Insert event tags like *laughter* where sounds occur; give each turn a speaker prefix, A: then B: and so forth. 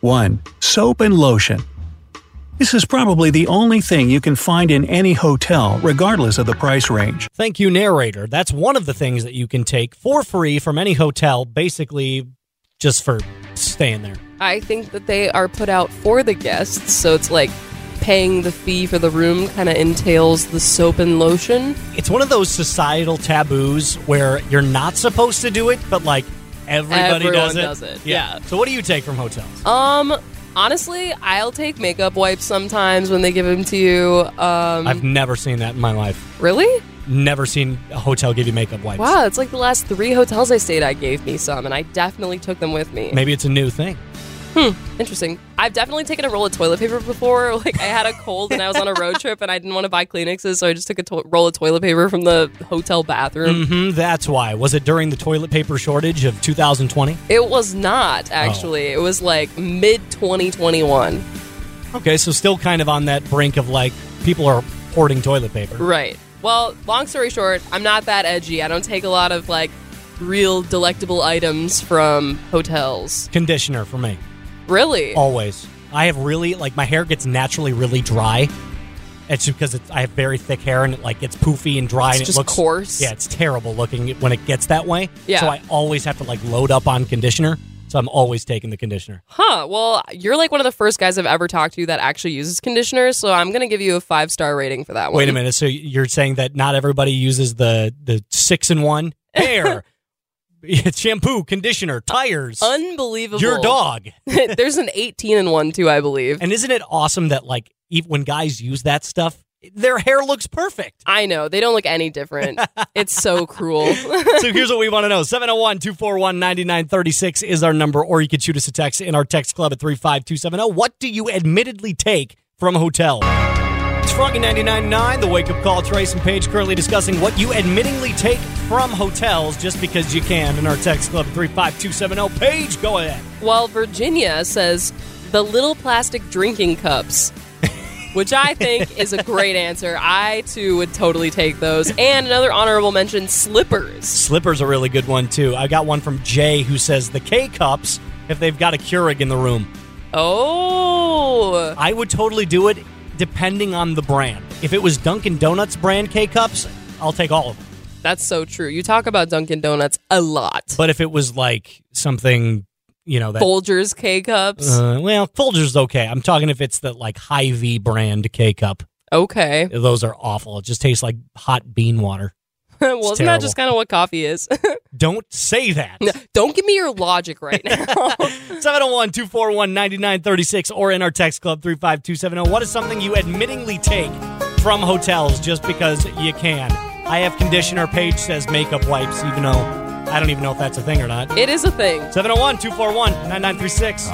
A: 1. Soap and lotion. This is probably the only thing you can find in any hotel, regardless of the price range.
B: Thank you, narrator. That's one of the things that you can take for free from any hotel, basically just for staying there.
C: I think that they are put out for the guests, so it's like paying the fee for the room kind of entails the soap and lotion.
B: It's one of those societal taboos where you're not supposed to do it, but like everybody
C: Everyone
B: does it.
C: does it, yeah.
B: So, what do you take from hotels?
C: Um, honestly, I'll take makeup wipes sometimes when they give them to you. Um,
B: I've never seen that in my life.
C: really?
B: Never seen a hotel give you makeup wipes.
C: Wow, it's like the last three hotels I stayed at gave me some, and I definitely took them with me.
B: Maybe it's a new thing.
C: Interesting. I've definitely taken a roll of toilet paper before. *laughs* Like I had a cold and I was on a road trip and I didn't want to buy Kleenexes, so I just took a to- roll of toilet paper from the hotel bathroom.
B: hmm that's why. Was it during the toilet paper shortage of 2020?
C: It was not actually. It was like mid 2021.
B: Okay, so still kind of on that brink of like people are hoarding toilet paper.
C: Right. Well, long story short, I'm not that edgy. I don't take a lot of like real delectable items from hotels.
B: Conditioner for me,
C: Really?
B: always. I have really like my hair gets naturally really dry. It's just because it's, I have very thick hair and it like gets poofy and dry
C: It's
B: and
C: just
B: it looks
C: coarse.
B: Yeah, it's terrible looking when it gets that way.
C: Yeah.
B: So I always have to like load up on conditioner. So I'm always taking the conditioner.
C: Huh. Well, you're like one of the first guys I've ever talked to that actually uses conditioners, so I'm going to give you a 5-star rating for that one.
B: Wait a minute. So you're saying that not everybody uses the the six in
C: *laughs*
B: one hair, *laughs* shampoo, conditioner, tires,
C: Unbelievable.
B: your dog.
C: *laughs* There's an 18 and one too, I believe.
B: And isn't it awesome that like ev when guys use that stuff, their hair looks perfect.
C: I know they don't look
B: *laughs*
C: any different. it's so cruel.
B: so here's what we want to know 701 241 9936 is our number, or you can shoot us a text in our text club at 35270. oh. What do you admittedly take from a hotel? It's Froggy 99.9, the wake up call. Trace and Paige currently discussing what you admittingly take from hotels just because you can in our text club at 35270. oh. Paige, go ahead.
C: While Virginia says the little plastic drinking cups, which I think is a great answer. I too would totally take those. And another honorable mention: slippers.
B: Slippers a really good one, too. I got one from Jay who says the K cups if they've got a Keurig in the room.
C: Oh,
B: I would totally do it depending on the brand. If it was Dunkin' Donuts brand K cups, I'll take all of them.
C: that's so true. You talk about Dunkin' Donuts a lot.
B: But if it was like something, you know, that.
C: Folgers K cups.
B: Uh, well, Folgers okay. I'm talking if it's the like high V brand K cup.
C: okay,
B: Those are awful. It just tastes like hot bean water.
C: *laughs* well, isn't that
B: terrible.
C: just kind of what coffee is? *laughs*
B: Don't say that.
C: don't give me your logic right now.
B: 701 241 9936 or in our text club 35270. oh. What is something you admittingly take from hotels just because you can? I have conditioner. Paige says makeup wipes, even though I don't even know if that's a thing or not.
C: it is a thing.
B: 701 241 9936.